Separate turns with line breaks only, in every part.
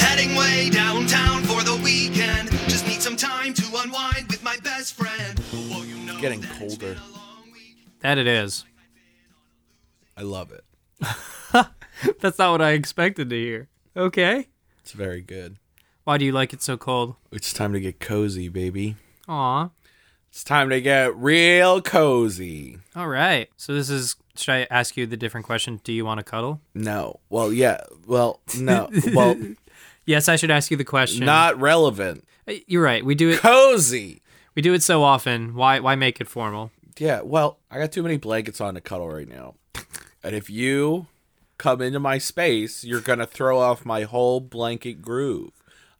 Heading way downtown for the weekend. Just need some time to unwind with my best friend. Well, you know
Getting
that it's
colder.
been a long week.
That it is.
I love it.
That's not what I expected to hear. Okay.
It's very good.
Why do you like it so cold?
It's time to get cozy, baby.
Aw.
It's time to get real cozy.
All right. So this is should I ask you the different question? Do you want to cuddle?
No. Well, yeah. Well, no. Well,
Yes, I should ask you the question.
not relevant.
You're right. We do it
Cozy.
We do it so often. Why why make it formal?
Yeah. Well, I got too many blankets on to cuddle right now. And if you come into my space, you're going to throw off my whole blanket groove.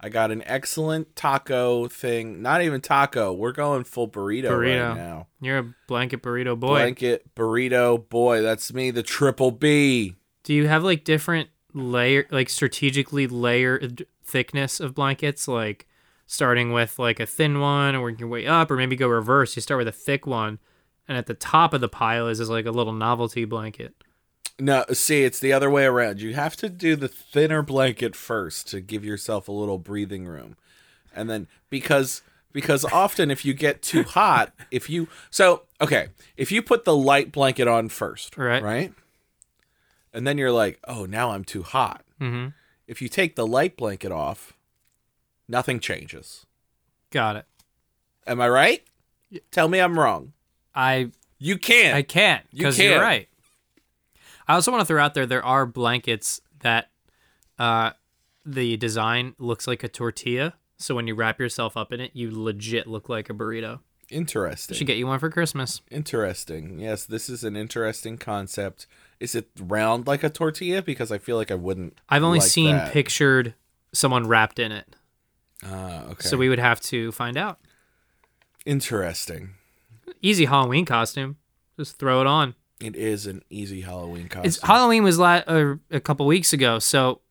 I got an excellent taco thing. Not even taco. We're going full burrito,
Burrito.
right now.
You're a blanket burrito boy.
Blanket burrito boy. That's me, the triple B.
Do you have like different layer like strategically layered thickness of blankets like starting with like a thin one and working your way up or maybe go reverse. You start with a thick one and at the top of the pile is, is like a little novelty blanket.
No, see, it's the other way around. You have to do the thinner blanket first to give yourself a little breathing room. And then because because often if you get too hot, if you so okay, if you put the light blanket on first,
Right.
Right? And then you're like, "Oh, now I'm too hot."
Mhm.
If you take the light blanket off, nothing changes.
Got it.
Am I right? Tell me I'm wrong.
I
You can't.
I can't
You
because you are
can't.
right. I also want to throw out there there are blankets that uh, the design looks like a tortilla. So when you wrap yourself up in it, you legit look like a burrito. I
Interesting.
should get you one for Christmas.
Interesting. Yes, this is an interesting concept. Is it round like a tortilla? Because I feel like I wouldn't.
I've only
like
seen
that.
pictured someone wrapped in it.
Ah, okay.
So we would have to find out.
interesting.
Easy Halloween costume. Just throw it on.
It is an easy Halloween costume.
It's Halloween was la- uh, a couple weeks ago, so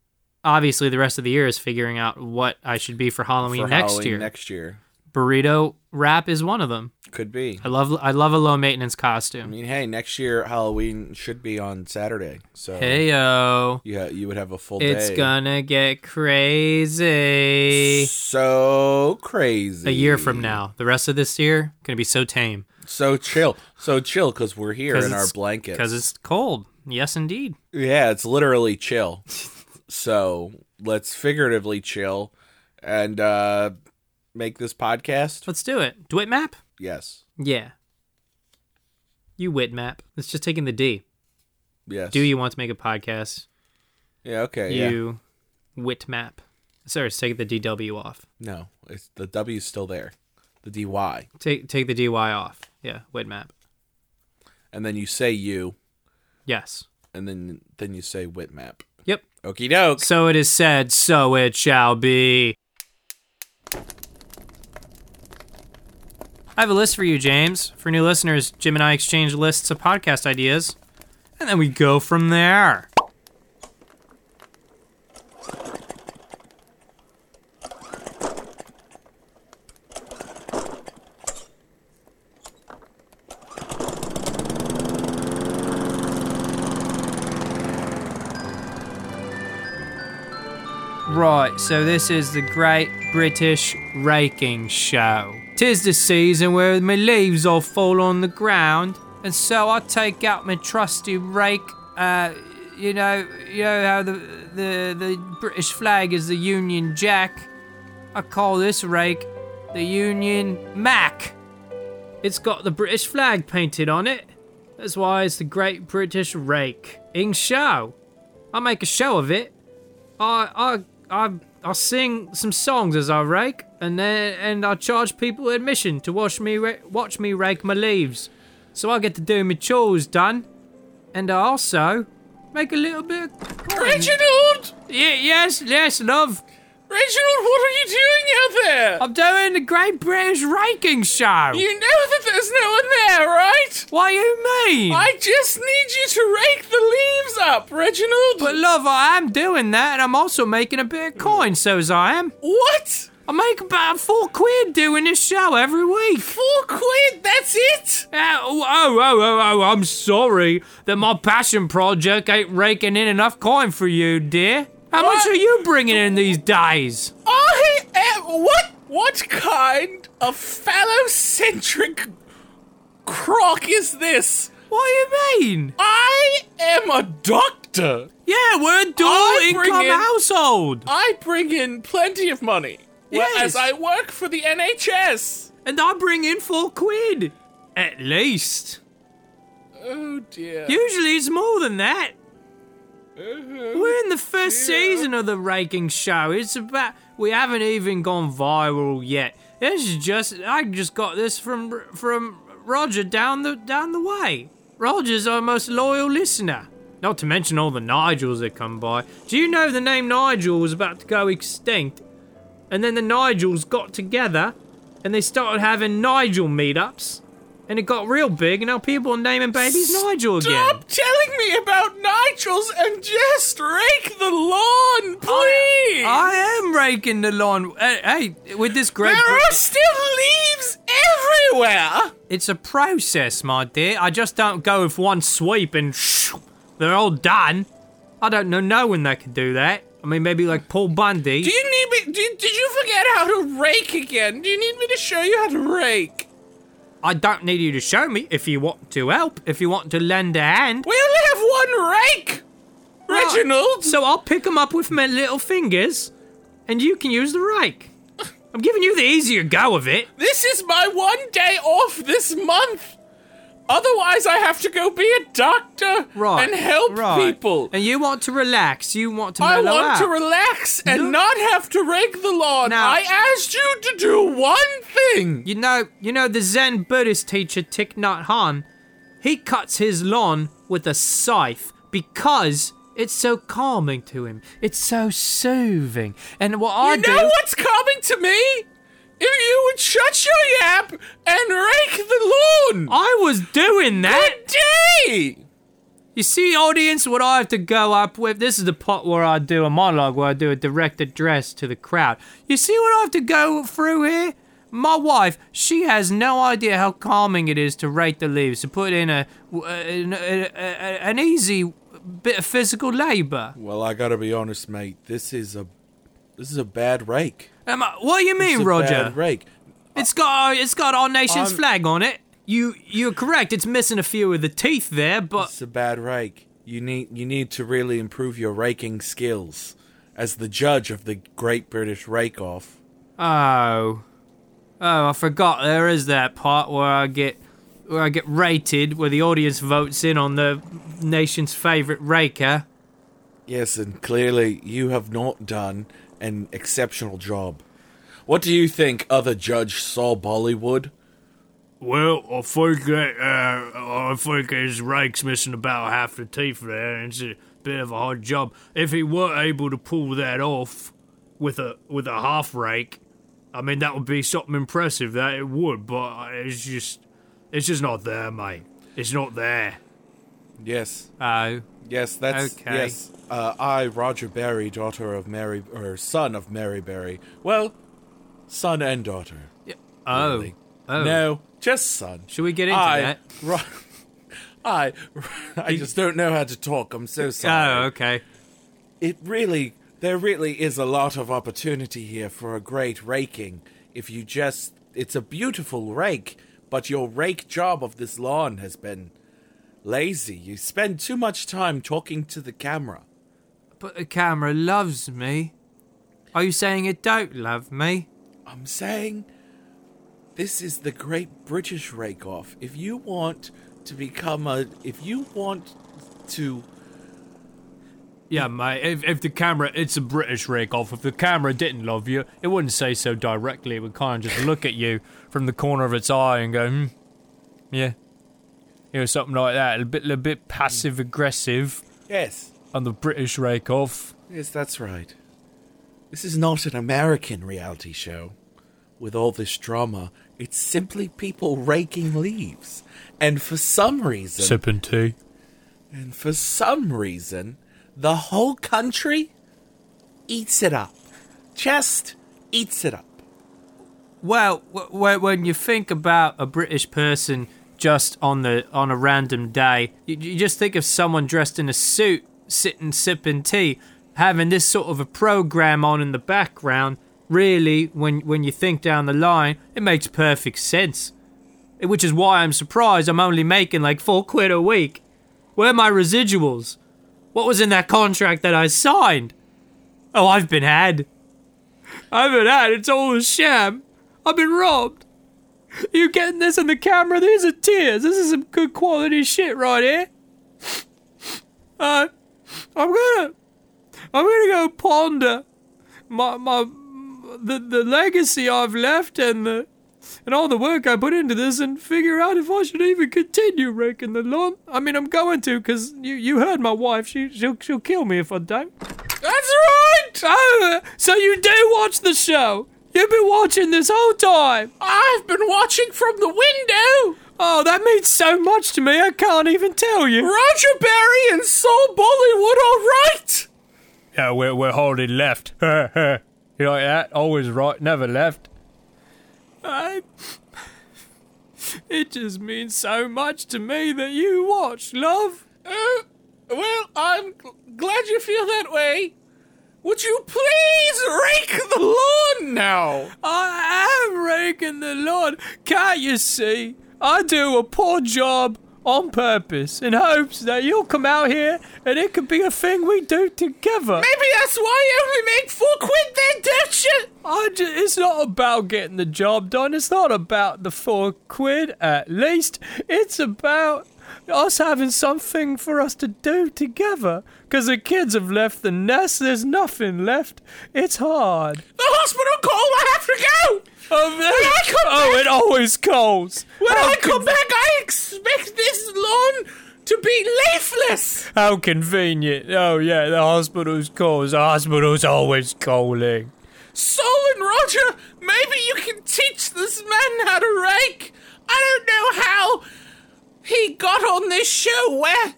obviously the rest of the year is figuring out what I should be for Halloween
for
next
Halloween
year.
Next year
burrito wrap is one of them.
could be.
I love I love a low maintenance
I
costume.
mean, hey, next year Halloween should be on Saturday. So
Hey yo,
yeah, you would have a full
it's
day.
gonna get crazy.
so crazy.
A year from now, the rest of this year gonna be so tame
So chill. So chill because we're here
'Cause
in our
it's-
blankets.
because it's cold. Yes, indeed.
Yeah, it's literally chill. so let's figuratively chill and uh make this podcast.
Let's do it. Do it map.
Yes.
Yeah. You wit map. It's just taking the D.
Yes.
Do you want to make a podcast?
Yeah, okay. Yeah.
You wit map. Sorry, it's taking the DW off.
No. It's the W's still there. The D Y.
Take take the DY off. Yeah, wit map.
And then you say you
Yes.
and then then you say wit map.
Yep.
Okie doke.
So it is said, so it shall be. I have a list for you, James. For new listeners, Jim and I exchange lists of podcast ideas, and then we go from there. Right, so this is the Great British Raking Show. Tis the season where my leaves all fall on the ground and so I take out my trusty rake. Uh, you know, you know how the the the British flag is the Union Jack. I call this rake the Union Mac. It's got the British flag painted on it. That's why it's the Great British Rake. In show, I make a show of it. I I I I sing some songs as I rake, and then and I charge people admission to watch me ra- watch me rake my leaves. So I get to do my chores done, and I also make a little bit. Of coin.
Reginald!
Yeah, yes, yes, love.
Reginald, what are you doing out there?
I'm doing the Great British Raking Show.
You know that there's no one there, right?
what do you mean?
I just need you to rake the leaves up, Reginald.
But love, I am doing that, and I'm also making a bit of coin. So as I am,
what?
I make about four quid doing this show every week.
Four quid? That's it?
Uh, oh, oh, oh, oh, I'm sorry that my passion project ain't raking in enough coin for you, dear. How much
What?
are you bringing in these days?
I am. What? What kind of phallocentric crock is this?
What do you mean?
I am a doctor.
Yeah, we're a dual
I bring
income
in-
household.
I bring in plenty of money.
Yes.
Whereas I work for the NHS.
And I bring in four quid. At least.
Oh dear.
Usually it's more than that. We're in the first season of the raking show. It's about we haven't even gone viral yet. This is just I just got this from from Roger down the down the way. Roger's our most loyal listener. Not to mention all the Nigels that come by. Do you know the name Nigel was about to go extinct? And then the Nigels got together and they started having Nigel meetups. And it got real big, and now people are naming babies Nigel again.
Stop telling me about Nigels and just rake the lawn, please!
I am raking the lawn. Uh, Hey, hey, with this great.
there are still leaves everywhere!
it's a process, my dear. I just don't go with one sweep and shoo, they're all done. I don't know no one that could do that. I mean, maybe like Paul Bundy.
Do you need me? Do, did you forget how to rake again? Do you need me to show you how to rake?
I don't need you to show me if you want to help, if you want to lend a hand.
We only have one rake! Reginald!
So I'll pick them up with my little fingers and you can use the rake. I'm giving you the easier go of it.
This is my one day off this month! Otherwise, I have to go be a doctor and help
right.
people.
And you want to relax. You want to
I
mellow
want to
out.
relax and not have to rake the lawn.
Now-
I asked you to do one thing.
You know, you know the Zen Buddhist teacher Thich Nhat Hanh, he cuts his lawn with a scythe because it's so calming to him. It's so soothing. And what I
you
do,
know what's coming to me? If you would shut your yap and rake the lawn.
I was doing that.
Good day.
You see, audience, what I have to go up with. This is the part where I do a monologue, where I do a direct address to the crowd. You see what I have to go through here? My wife, she has no idea how calming it is to rake the leaves, to put in a, w- uh, an- a- a- an easy bit of physical labor.
Well, I gotta be honest, mate. This is a this is a bad rake.
Am I- what do you mean,
It's a
Roger?
bad rake.
It's got uh, it's got our nation's
I'm-
flag on it. You you're correct. It's missing a few of the teeth there, but
It's a bad rake. You need you need to really improve your raking skills as the judge of the Great British Rake Off.
Oh. Oh, I forgot there is that part where I get where I get rated, where the audience votes in on the nation's favorite raker.
Yes, and clearly you have not done an exceptional job. What do you think, other judge Saul Bollywood?
Well, I think that uh, I think his rake's missing about half the teeth there, and it's a bit of a hard job. If he were able to pull that off with a with a half rake, I mean that would be something impressive. That it would, but it's just it's just not there, mate. It's not there.
Yes,
Oh.
yes, that's
Okay.
yes. Uh, I, Roger Berry, daughter of Mary, or son of Mary Berry. Well, son and daughter.
Oh.
Really.
Oh.
No, just son.
Should we get into
I,
that?
Ro- I, I just don't know how to talk. I'm so sorry.
Oh, okay.
It really, there really is a lot of opportunity here for a great raking. If you just, it's a beautiful rake, but your rake job of this lawn has been lazy. You spend too much time talking to the camera.
But the camera loves me. Are you saying it don't love me?
I'm saying this is the great British rake off. If you want to become a. If you want to.
Yeah, mate. If, if the camera, it's a British rake off. If the camera didn't love you, it wouldn't say so directly. It would kind of just look at you from the corner of its eye and go, hmm, yeah, you know, something like that. A bit, a bit passive aggressive
Yes.
on the British rake off.
Yes, that's right. This is not an American reality show with all this drama. It's simply people raking leaves. And for some reason.
Sipping tea.
And for some reason, the whole country eats it up. Just eats it up.
Well, w- w- when you think about a British person just on the on a random day, you, you just think of someone dressed in a suit, sitting sipping tea, having this sort of a program on in the background. Really, when when you think down the line, it makes perfect sense. Which is why I'm surprised I'm only making like four quid a week. Where are my residuals? What was in that contract that I signed? Oh, I've been had. I've been had. It's all a sham. I've been robbed. You getting this in the camera? These are tears. This is some good quality shit right here. Uh, I'm gonna, I'm gonna go ponder my my the the legacy I've left and the and all the work I put into this and figure out if I should even continue raking the lawn. I mean, I'm going to because you you heard my wife. She she'll she'll kill me if I don't. That's right! Oh, so you do watch the show. You've been watching this whole time.
I've been watching from the window.
Oh, that means so much to me, I can't even tell you.
Roger Berry and Saul Bollywood, all right.
Yeah, we're, we're holding left. you like that? Always right, never left.
I... It just means so much to me that you watch, love.
Uh, well, I'm gl- glad you feel that way. Would you please rake the lawn now?
I am raking the lawn. Can't you see? I do a poor job on purpose in hopes that you'll come out here and it could be a thing we do together.
Maybe that's why you only make four quid then, don't you?
I ju- it's not about getting the job done. It's not about the four quid, at least. It's about us having something for us to do together. Because the kids have left the nest. There's nothing left. It's hard.
The hospital call, I have to go.
Oh,
I come
oh it always calls.
When
how
I come
con-
back, I expect this lawn to be leafless.
How convenient. Oh, yeah, the hospital's calls. The hospital's always calling.
Saul and Roger, maybe you can teach this man how to rake. I don't know how he got on this show where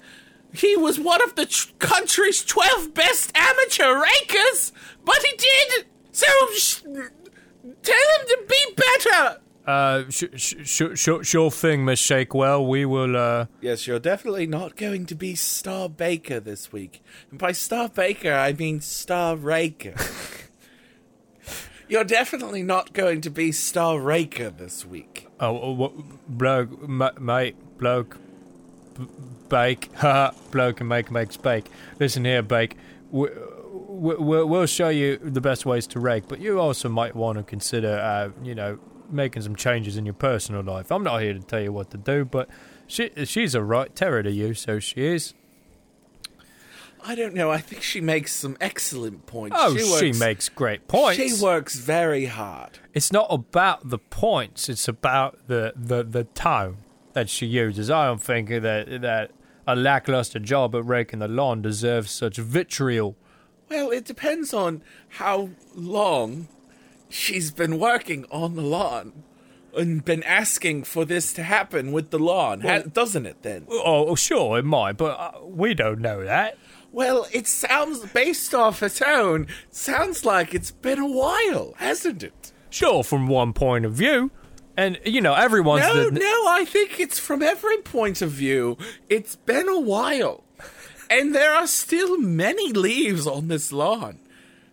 he was one of the tr- country's 12 best amateur rakers, but he did. So sh- tell him to be better.
Uh, sh- sh- sh- sh- sure thing, Miss Shakewell. We will, uh,
Yes, you're definitely not going to be Star Baker this week. And by Star Baker, I mean Star Raker. you're definitely not going to be Star Raker this week.
Oh, oh what, bloke, ma- mate, bloke, b- bake, ha, bloke and make makes bake. Listen here, bake. We, we, we- we'll show you the best ways to rake, but you also might want to consider, uh, you know, making some changes in your personal life. I'm not here to tell you what to do, but she, she's a right terror to you, so she is.
I don't know. I think she makes some excellent points.
Oh, she,
works-
makes great points.
She works very hard.
it's not about the points; it's about the the, the tone that she uses. I don't think that that a lackluster job at raking the lawn deserves such vitriol.
Well, it depends on how long she's been working on the lawn and been asking for this to happen with the lawn, ha- doesn't it then?
Oh, sure, it might, but uh, we don't know that.
Well, it sounds, based off her tone, sounds like it's been a while, hasn't it?
Sure, from one point of view, and you know everyone's
No,
the,
no, I think it's from every point of view. It's been a while. And there are still many leaves on this lawn.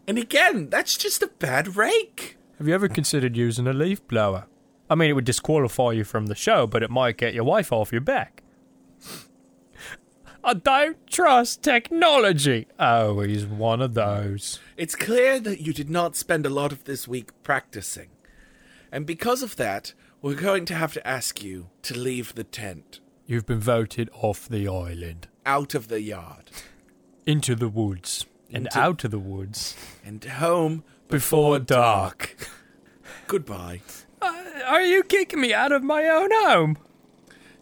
And again, that's just a bad rake.
Have you ever considered using a leaf blower? I mean, it would disqualify you from the show, but it might get your wife off your back.
I don't trust technology. Oh, he's one of those.
It's clear that you did not spend a lot of this week practicing. And because of that, we're going to have to ask you to leave the tent
You've been voted off the island
out of the yard
into the woods and out of the woods
and home
before dark. Uh,
Goodbye.
Are you kicking me out of my own home?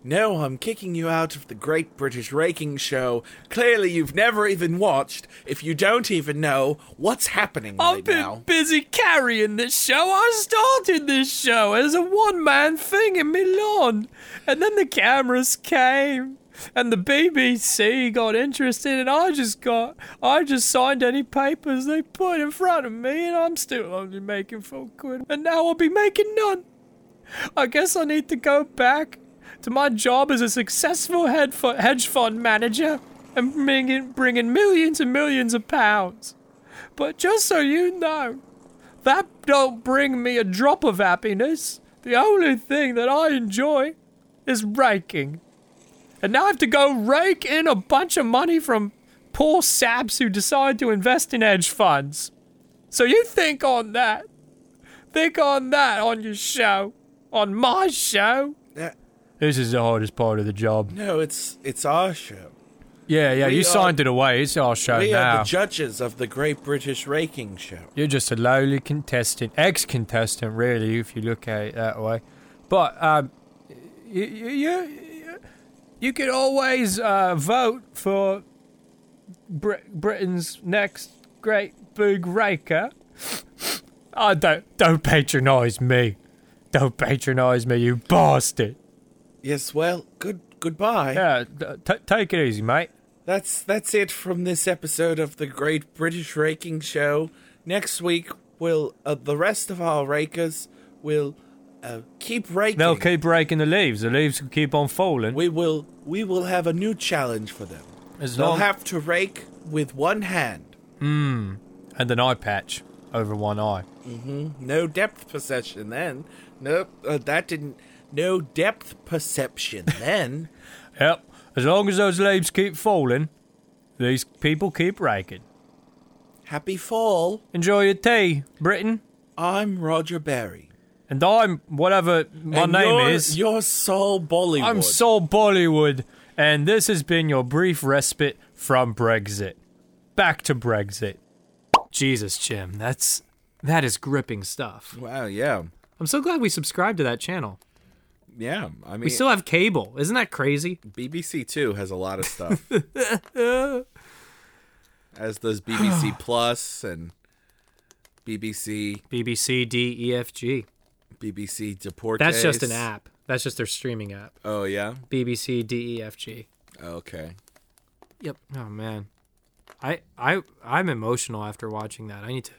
No, I'm kicking you out of the Great British Raking Show. Clearly, you've never even watched if you don't even know what's happening right
I've been
now.
busy carrying this show. I started this show as a one man thing in Milan. And then the cameras came and the BBC got interested and I just got I just signed any papers they put in front of me and I'm still only making four quid. And now I'll be making none. I guess I need to go back to my job as a successful head fu- hedge fund manager and bringing, bringing millions and millions of pounds. But just so you know, that don't bring me a drop of happiness. The only thing that I enjoy is raking. And now I have to go rake in a bunch of money from poor saps who decide to invest in hedge funds. So you think on that. Think on that on your show. On my show.
Uh,
This is the hardest part of the job.
no, it's it's our show.
Yeah, yeah,
We are-
it away. It's our show
we are the judges of the Great British Raking Show.
You're just a lowly contestant, ex contestant, really, if you look at it that way. But um, you, you, you, you could always uh, vote for Brit- Britain's next great big raker. I don't don't patronise me. Don't patronise me, you bastard.
Yes, well, good goodbye.
Yeah, t- t- take it easy, mate.
That's that's it from this episode of the Great British Raking Show. Next week, we'll uh, the rest of our rakers will uh, keep raking.
They'll keep raking the leaves. The leaves will keep on falling.
We will we will have a new challenge for them.
as
They'll
long
have to rake with one hand.
and an eye patch over one eye.
No depth perception then. No, uh, that didn't. No depth perception then.
Yep. As long as those leaves keep falling, these people keep raking.
Happy fall.
Enjoy your tea, Britain.
I'm Roger Berry.
And I'm whatever my
And
name
you're-
is.
You're Saul Bollywood.
I'm Saul Bollywood, and this has been your brief respite from Brexit. Back to Brexit.
Jesus, Jim, that's that is gripping stuff.
Wow. Yeah.
I'm so glad we subscribed to that channel.
Yeah. I mean,
We still have cable. Isn't that crazy?
BBC Two has a lot of stuff. As does BBC Plus and BBC
BBC D E F G.
BBC Deportes.
That's just an app. That's just their streaming app.
Oh yeah. Oh,
BBC D E F G.
Okay.
Yep. Oh man. I I I'm emotional after watching that. I need to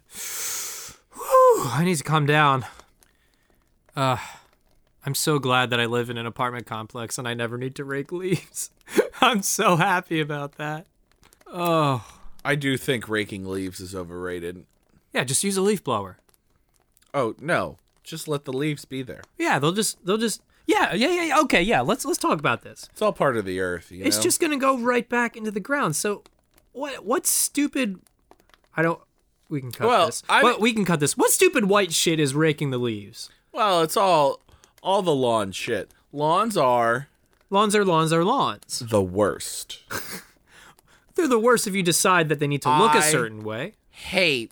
Whew, I need to calm down. Uh I'm so glad that I live in an apartment complex and I never need to rake leaves. I'm so happy about that.
I do think raking leaves is overrated.
Yeah, just use a leaf blower.
Oh no. Just let the leaves be there.
Yeah, they'll just they'll just Yeah, yeah, yeah, yeah. Okay, yeah. Let's let's talk about this.
It's all part of the earth, you
It's
know?
just going to go right back into the ground. So what what stupid I don't we can cut
Well,
this.
I-
Well, we can cut this. What stupid white shit is raking the leaves?
Well, it's all all the lawn shit. Lawns are
Lawns are lawns are lawns.
the worst.
They're the worst if you decide that they need to look
I-
a certain way.
hate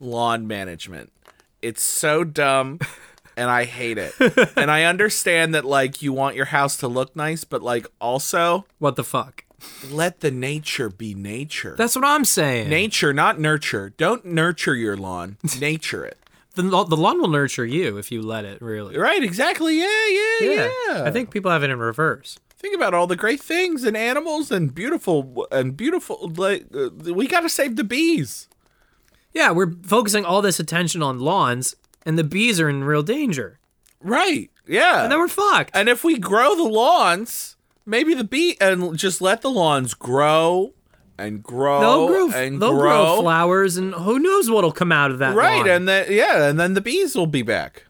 lawn management. It's so dumb and I hate it. and I understand that like you want your house to look nice, but like also
What the fuck?
let the nature be nature.
That's what I'm saying.
nature, not nurture. Don't nurture your lawn. Nature it.
the, law- the lawn will nurture you if you let it, really.
Right, exactly. Yeah, yeah, yeah.
I think people have it in reverse.
think about all the great things and animals and beautiful and beautiful like uh, we got to save the bees.
Yeah, we're focusing all this attention on lawns, and the bees are in real danger.
Right. Yeah.
And then we're fucked.
And if we grow the lawns, maybe the bee and just let the lawns grow and grow
they'll grow,
and
they'll
grow,
grow flowers, and who knows what'll come out of that.
right?
lawn.
And then yeah, and then the bees will be back.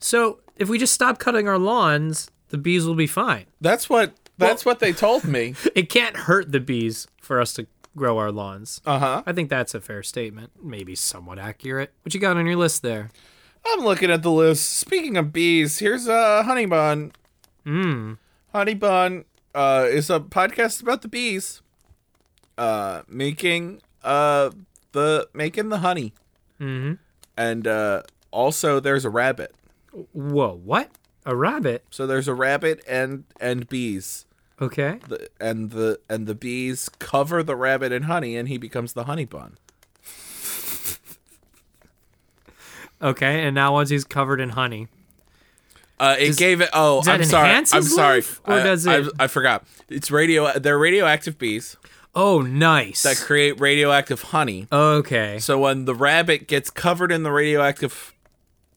so if we just stop cutting our lawns, the bees will be fine.
That's what That's what they told me.
It can't hurt the bees for us to grow our lawns.
Uh
Uh-huh.
huh.
I think that's a fair statement. Maybe somewhat accurate. What you got on your list there?
I'm looking at the list. Speaking of bees, here's uh, Honey Bun.
Hmm.
Mm. Honey Bun uh, is a podcast about the bees uh, making uh, the making the honey. Mm-hmm. And uh, also, there's a rabbit.
Whoa, what? A rabbit?
So there's a rabbit and and bees.
Okay.
The, and the and the bees cover the rabbit in honey, and he becomes the honey bun.
Okay, and now once he's covered in honey.
Uh, it gave it. Oh,
that
I'm sorry.
enhance
I'm
his
sorry.
life, or
I-
does it-
I, I forgot. It's radio. They're radioactive bees
Oh, nice.
that create radioactive honey.
okay.
So when the rabbit gets covered in the radioactive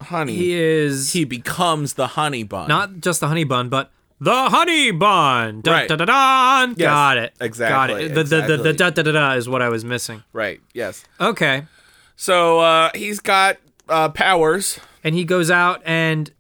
honey,
He is
he becomes the honey bun.
not just the honey bun, but the honey bun. Dun,
Right.
dun, dun, dun.
Yes,
Got it. Got
exactly,
it. The, the, the, the
exactly.
da, da, da, da is what I was missing.
right. Yes.
Okay.
So uh, he's got uh, powers.
and he goes out and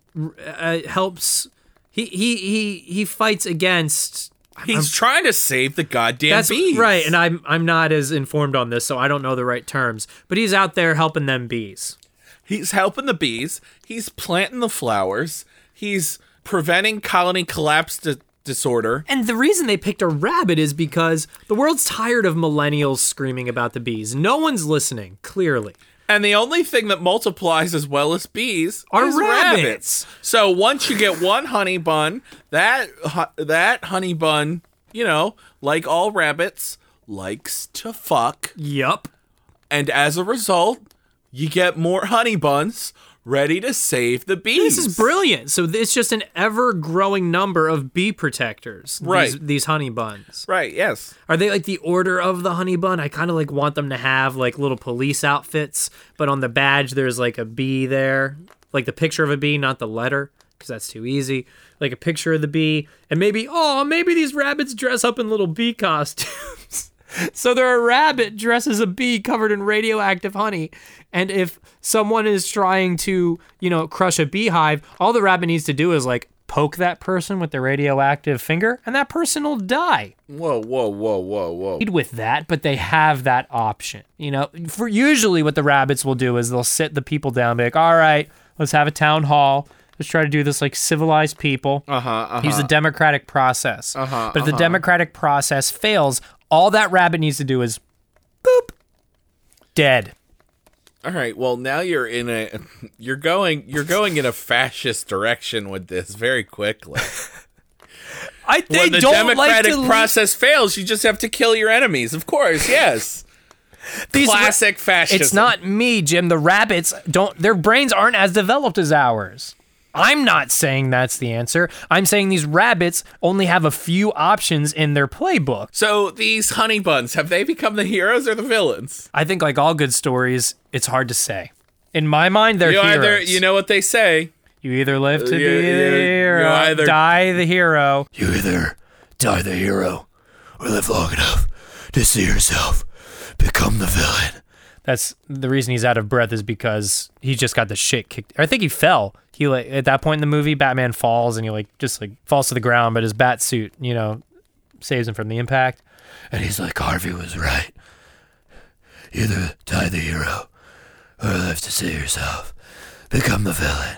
uh, helps. He he he he fights against.
He's trying to save the goddamn
That's
bees.
right, and I'm I'm not as informed on this, so I don't know the right terms. But he's out there helping them bees.
He's helping the bees. He's planting the flowers. He's preventing colony collapse di- disorder.
And the reason they picked a rabbit is because the world's tired of millennials screaming about the bees. No one's listening, clearly.
And the only thing that multiplies as well as bees
Are
is
rabbits.
So once you get one honey bun, that hu- that honey bun, you know, like all rabbits, likes to fuck,
Yup.
and as a result, you get more honey buns ready to save the bees.
This is brilliant. So it's just an ever-growing number of bee protectors. These,
Right.
these honey buns.
Right? Yes.
Are they like the order of the honey bun? I kind of like want them to have like little police outfits, but on the badge there's like a bee there, like the picture of a bee, not the letter, because that's too easy. Like a picture of the bee, and maybe oh maybe these rabbits dress up in little bee costumes. so they're a rabbit dressed as a bee covered in radioactive honey, and if someone is trying to you know crush a beehive, all the rabbit needs to do is like poke that person with the radioactive finger, and that person will die
Whoa! Whoa! Whoa! Whoa! Whoa!
lead with that, but they have that option. You know, for usually what the rabbits will do is they'll sit the people down, and be like, "All right, let's have a town hall. Let's try to do this like civilized people. Uh-huh, Use the democratic process. Uh-huh, but if the democratic process fails, all that rabbit needs to do is, boop, dead.
All right. Well, now you're in a you're going you're going in a fascist direction with this very quickly.
I they
when the democratic process fails, you just have to kill your enemies. Of course, yes.
these
Classic fascism.
It's not me, Jim. The rabbits don't their brains aren't as developed as ours. I'm not saying that's the answer. I'm saying these rabbits only have a few options in their playbook.
So these honey buns have they become the heroes or the villains?
I think like all good stories, it's hard to say. In my mind, they're
You
heroes.
either you know what they say.
You either live to
You-
be the
you- you
hero,
either-
die the hero.
You either die the hero or live long enough to see yourself become the villain.
That's the reason he's out of breath is because he just got the shit kicked. I think he fell. He like at that point in the movie, Batman falls and he like just like falls to the ground, but his bat suit, you know, saves him from the impact.
And he's like, Harvey was right. Either die the hero or live to see yourself become the villain.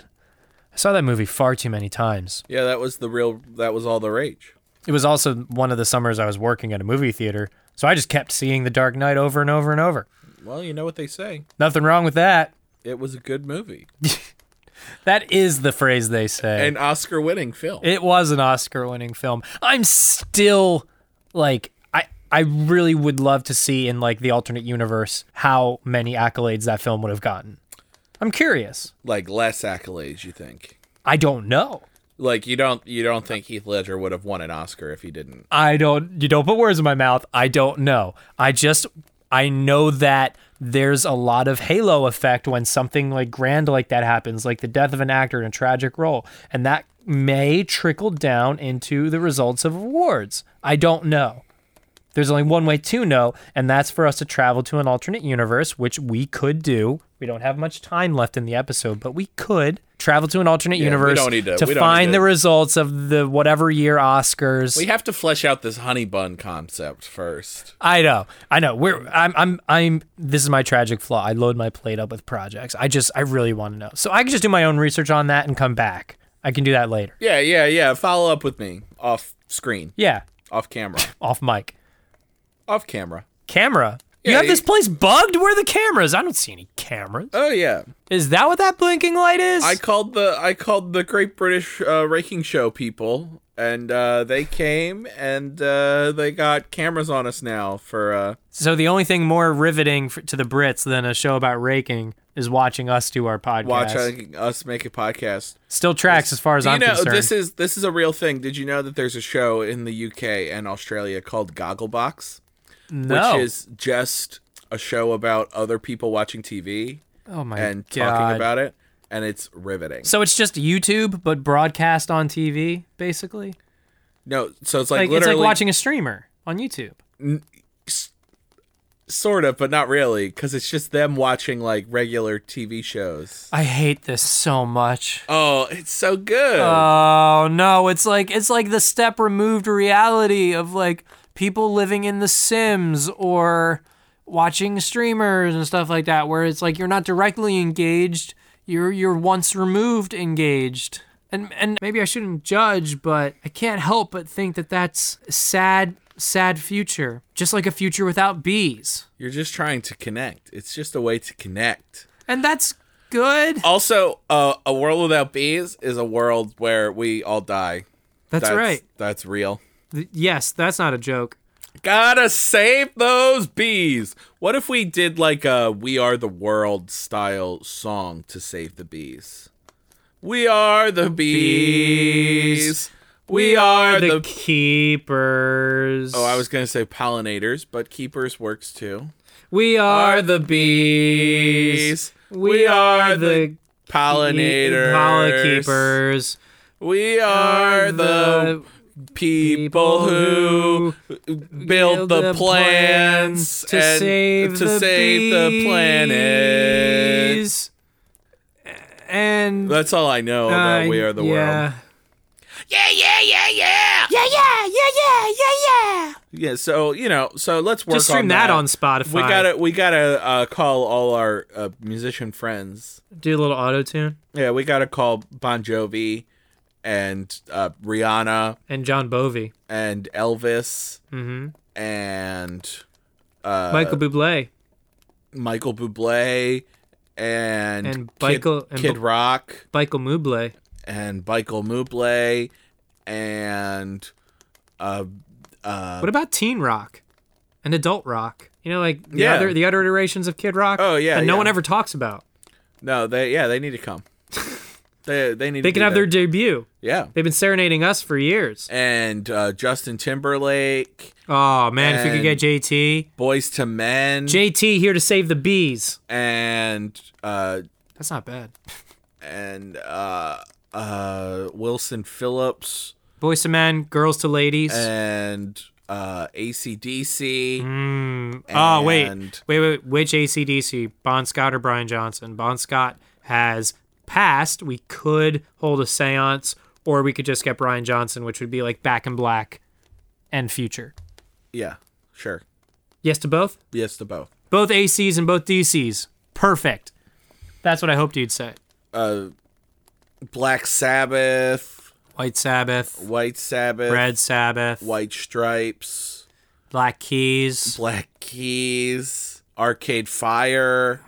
I saw that movie far too many times.
Yeah, that was the real. That was all the rage.
It was also one of the summers I was working at a movie theater, so I just kept seeing The Dark Knight over and over and over.
Well, you know what they say.
Nothing wrong with that.
It was a good movie,
That is the phrase they say.
an Oscar-winning film.
It was an Oscar winning film. I'm still like I I really would love to see in like the alternate universe how many accolades that film would have gotten. I'm curious.
like less accolades, you think?
I don't know.
Like you don't you don't think Heath Ledger would have won an Oscar if he didn't?
I don't you don't put words in my mouth. I don't know. I just I know that there's a lot of halo effect when something like grand like that happens, like the death of an actor in a tragic role, and that may trickle down into the results of awards. I don't know. There's only one way to know, and that's for us to travel to an alternate universe, which we could do. We don't have much time left in the episode, but we could travel to an alternate universe
don't need to- we don't
find
need
the
to-
results of the whatever year Oscars.
We have to flesh out this honey bun concept first.
I know, I know. We're I'm I'm I'm. This is my tragic flaw. I load my plate up with projects. I just I really want to know. So I can just do my own research on that and come back. I can do that later.
Yeah, yeah, yeah. Follow up with me off screen,
Yeah,
off camera,
off mic.
off camera.
Camera. You
Yeah,
have this
you-
place bugged? Where are the cameras? I don't see any cameras.
Oh yeah,
Is that what that blinking light is?
I called the I called the Great British uh, Raking Show people, and uh, they came and uh, they got cameras on us now for uh,
so the only thing more riveting f to the Brits than a show about raking is watching us do our podcast.
watching us make a podcast.
Still tracks as far as
Do uh,
I'm
you know
concerned.
this is this is a real thing. Did you know that there's a show in the UK and Australia called Gogglebox,
no.
which is just a show about other people watching TV
oh my
and
God.
talking about it, and it's riveting.
So it's just YouTube, but broadcast on TV, basically.
No, so it's like,
Like, it's
literally
like watching a streamer on YouTube.
sort of, but not really, because it's just them watching like regular TV shows.
I hate this so much.
Oh, it's so good.
Oh no, it's like it's like the step removed reality of like people living in the Sims or watching streamers and stuff like that where it's like you're not directly engaged, you're you're once removed engaged. And and maybe I shouldn't judge, but I can't help but think that that's a sad sad future, just like a future without bees.
You're just trying to connect. It's just a way to connect.
And that's good.
Also, uh, a world without bees is a world where we all die.
That's, right.
That's real.
Th- yes, that's not a joke.
Gotta save those bees. What if we did like a We Are the World style song to save the bees? We are the bees. We are the.
keepers.
oh, I was gonna say pollinators, but keepers works too.
We
Are the bees. We are the pollinators.
Pollen keepers.
We are the people who built the plans
to
and-
save
to
the
save the planet.
bees. And
That's all I know
uh,
about We Are the
yeah.
World. Yeah, so you know, so let's work
Just stream
on
that.
that.
on Spotify.
We gotta, we gotta uh, call all our uh, musician friends.
do a little auto tune
Yeah, we gotta call Bon Jovi and uh, Rihanna
and John Bovey,
and Elvis Hmm. and Uh,
Michael Bublé,
Michael Bublé and
And
Kid-
Michael-
Kid,
and Bu-
Rock
Michael Mublé.
and Michael Bublé and Uh,
What about Teen Rock and Adult Rock? You know, like the
Yeah.
other the other iterations of Kid Rock.
Oh, yeah,
that no
yeah.
one ever talks about.
no, they yeah, they need to come. they they need
They
to
can
be
have
there.
their debut.
yeah.
They've been serenading us for years.
And uh, Justin Timberlake,
Oh man, if we could get JT,
Boys to Men,
JT here to save the bees.
and uh,
That's not bad.
and uh, uh, Wilson Phillips
Boys to men, girls to ladies.
and uh, ACDC.
oh wait,
and-
wait, wait. Which ACDC? Bon Scott or Brian Johnson? Bon Scott has passed. We could hold a séance, or we could just get Brian Johnson, which would be like Back in Black and Future.
Yeah, sure.
Yes to both.
Yes to both.
Both ACs and both DCs. Perfect. That's what I hoped you'd say.
Black Sabbath,
White Sabbath,
White Sabbath,
Red Sabbath,
White Stripes,
Black Keys,
Black Keys, Arcade Fire,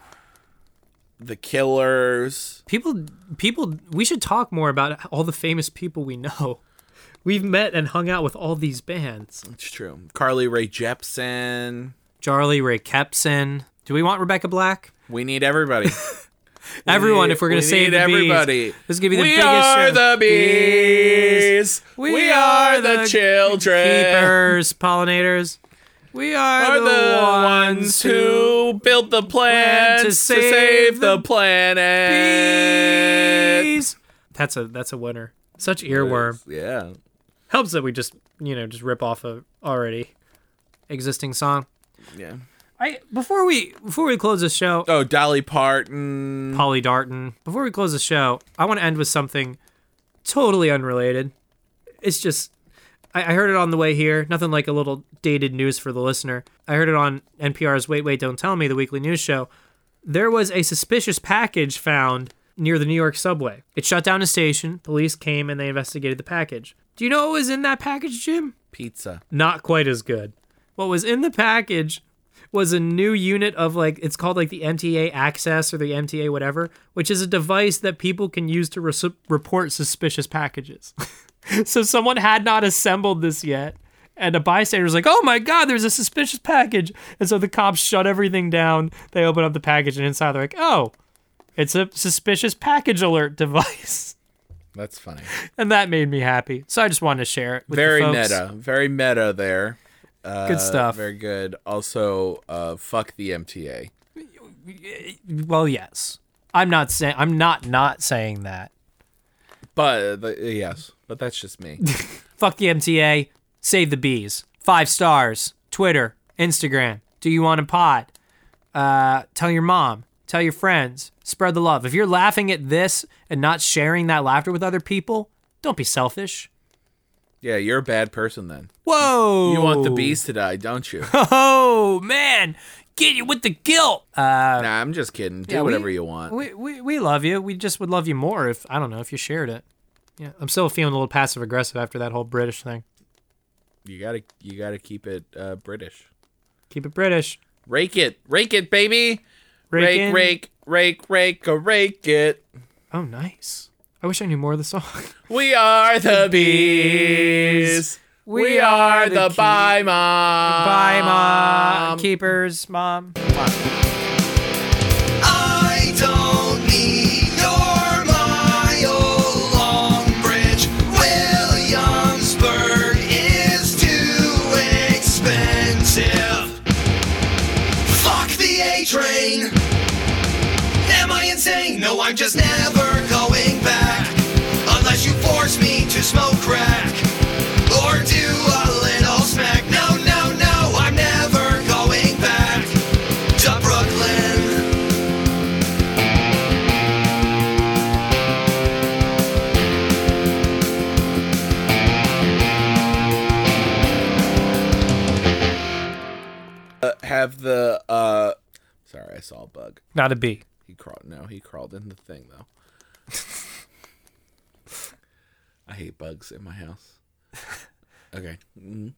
The Killers.
people people we should talk more about all the famous people we know we've met and hung out with all these bands
It's true. Carly Ray Jepsen.
charlie ray kepson do we want rebecca black
We need everybody.
everyone if we're gonna
we
save
need
the bees.
everybody.
this is gonna be the
we
biggest
are
show.
the bees. We, are the children.
keepers pollinators we are,
Are
the,
the ones who built the plans to save, the, planet.
bees. that's a that's a winner such earworm
Yeah.
helps that we just you know just rip off a already existing song.
Yeah.
I before we before we close the show,
Oh, Dolly Parton.
Polly Darton. Before we close the show, I want to end with something totally unrelated. It's just I, I heard it on the way here. Nothing like a little dated news for the listener. I heard it on NPR's Wait Wait Don't Tell Me, the weekly news show. There was a suspicious package found near the New York subway. It shut down a station. Police came and they investigated the package. Do you know what was in that package, Jim?
Pizza.
not quite as good. What was in the package was a new unit of like it's called like the MTA Access or the MTA whatever, which is a device that people can use to res- report suspicious packages. so someone had not assembled this yet. And a bystander was like, "Oh my God, there's a suspicious package!" And so the cops shut everything down. They open up the package, and inside they're like, "Oh, it's a suspicious package alert device."
That's funny.
And that made me happy. So I just wanted to share it. With the
Very
folks.
meta. Very meta there. Uh,
Good stuff.
Very good. Also, uh, fuck the MTA.
Well, yes. I'm not saying I'm not not saying that.
But uh, the, yes, but that's just me.
Fuck the MTA. Save the bees. Five stars. Twitter, Instagram. Do you want a pod? Uh, tell your mom. Tell your friends. Spread the love. If you're laughing at this and not sharing that laughter with other people, don't be selfish.
yeah, you're a bad person then.
Whoa!
You want the bees to die, don't you?
Oh man, get you with the guilt. Uh,
nah, I'm just kidding. Do
yeah, we-
whatever you want.
we, we we love you. We just would love you more if I don't know if you shared it. Yeah, I'm still feeling a little passive aggressive after that whole British thing.
you gotta, you gotta keep it uh, British.
Keep it British.
Rake it, rake it, baby.
Rake,
Rake,
in.
rake, rake, rake, a rake it.
Oh, nice. I wish I knew more of the song.
We are the bees. We are the bye mom.
Bye, mom. Keepers, mom.
I don't need your mile-long bridge. Williamsburg is too expensive. Fuck the A train. Am I insane? No, I'm just never going back. Unless you force me to smoke crack or do a little smack. No, no, no, I'm never going back to Brooklyn.
Uh, have the uh, sorry, I saw a bug.
Not a B.
He crawled. No, he crawled in the thing though. I hate bugs in my house. Okay. Mhm.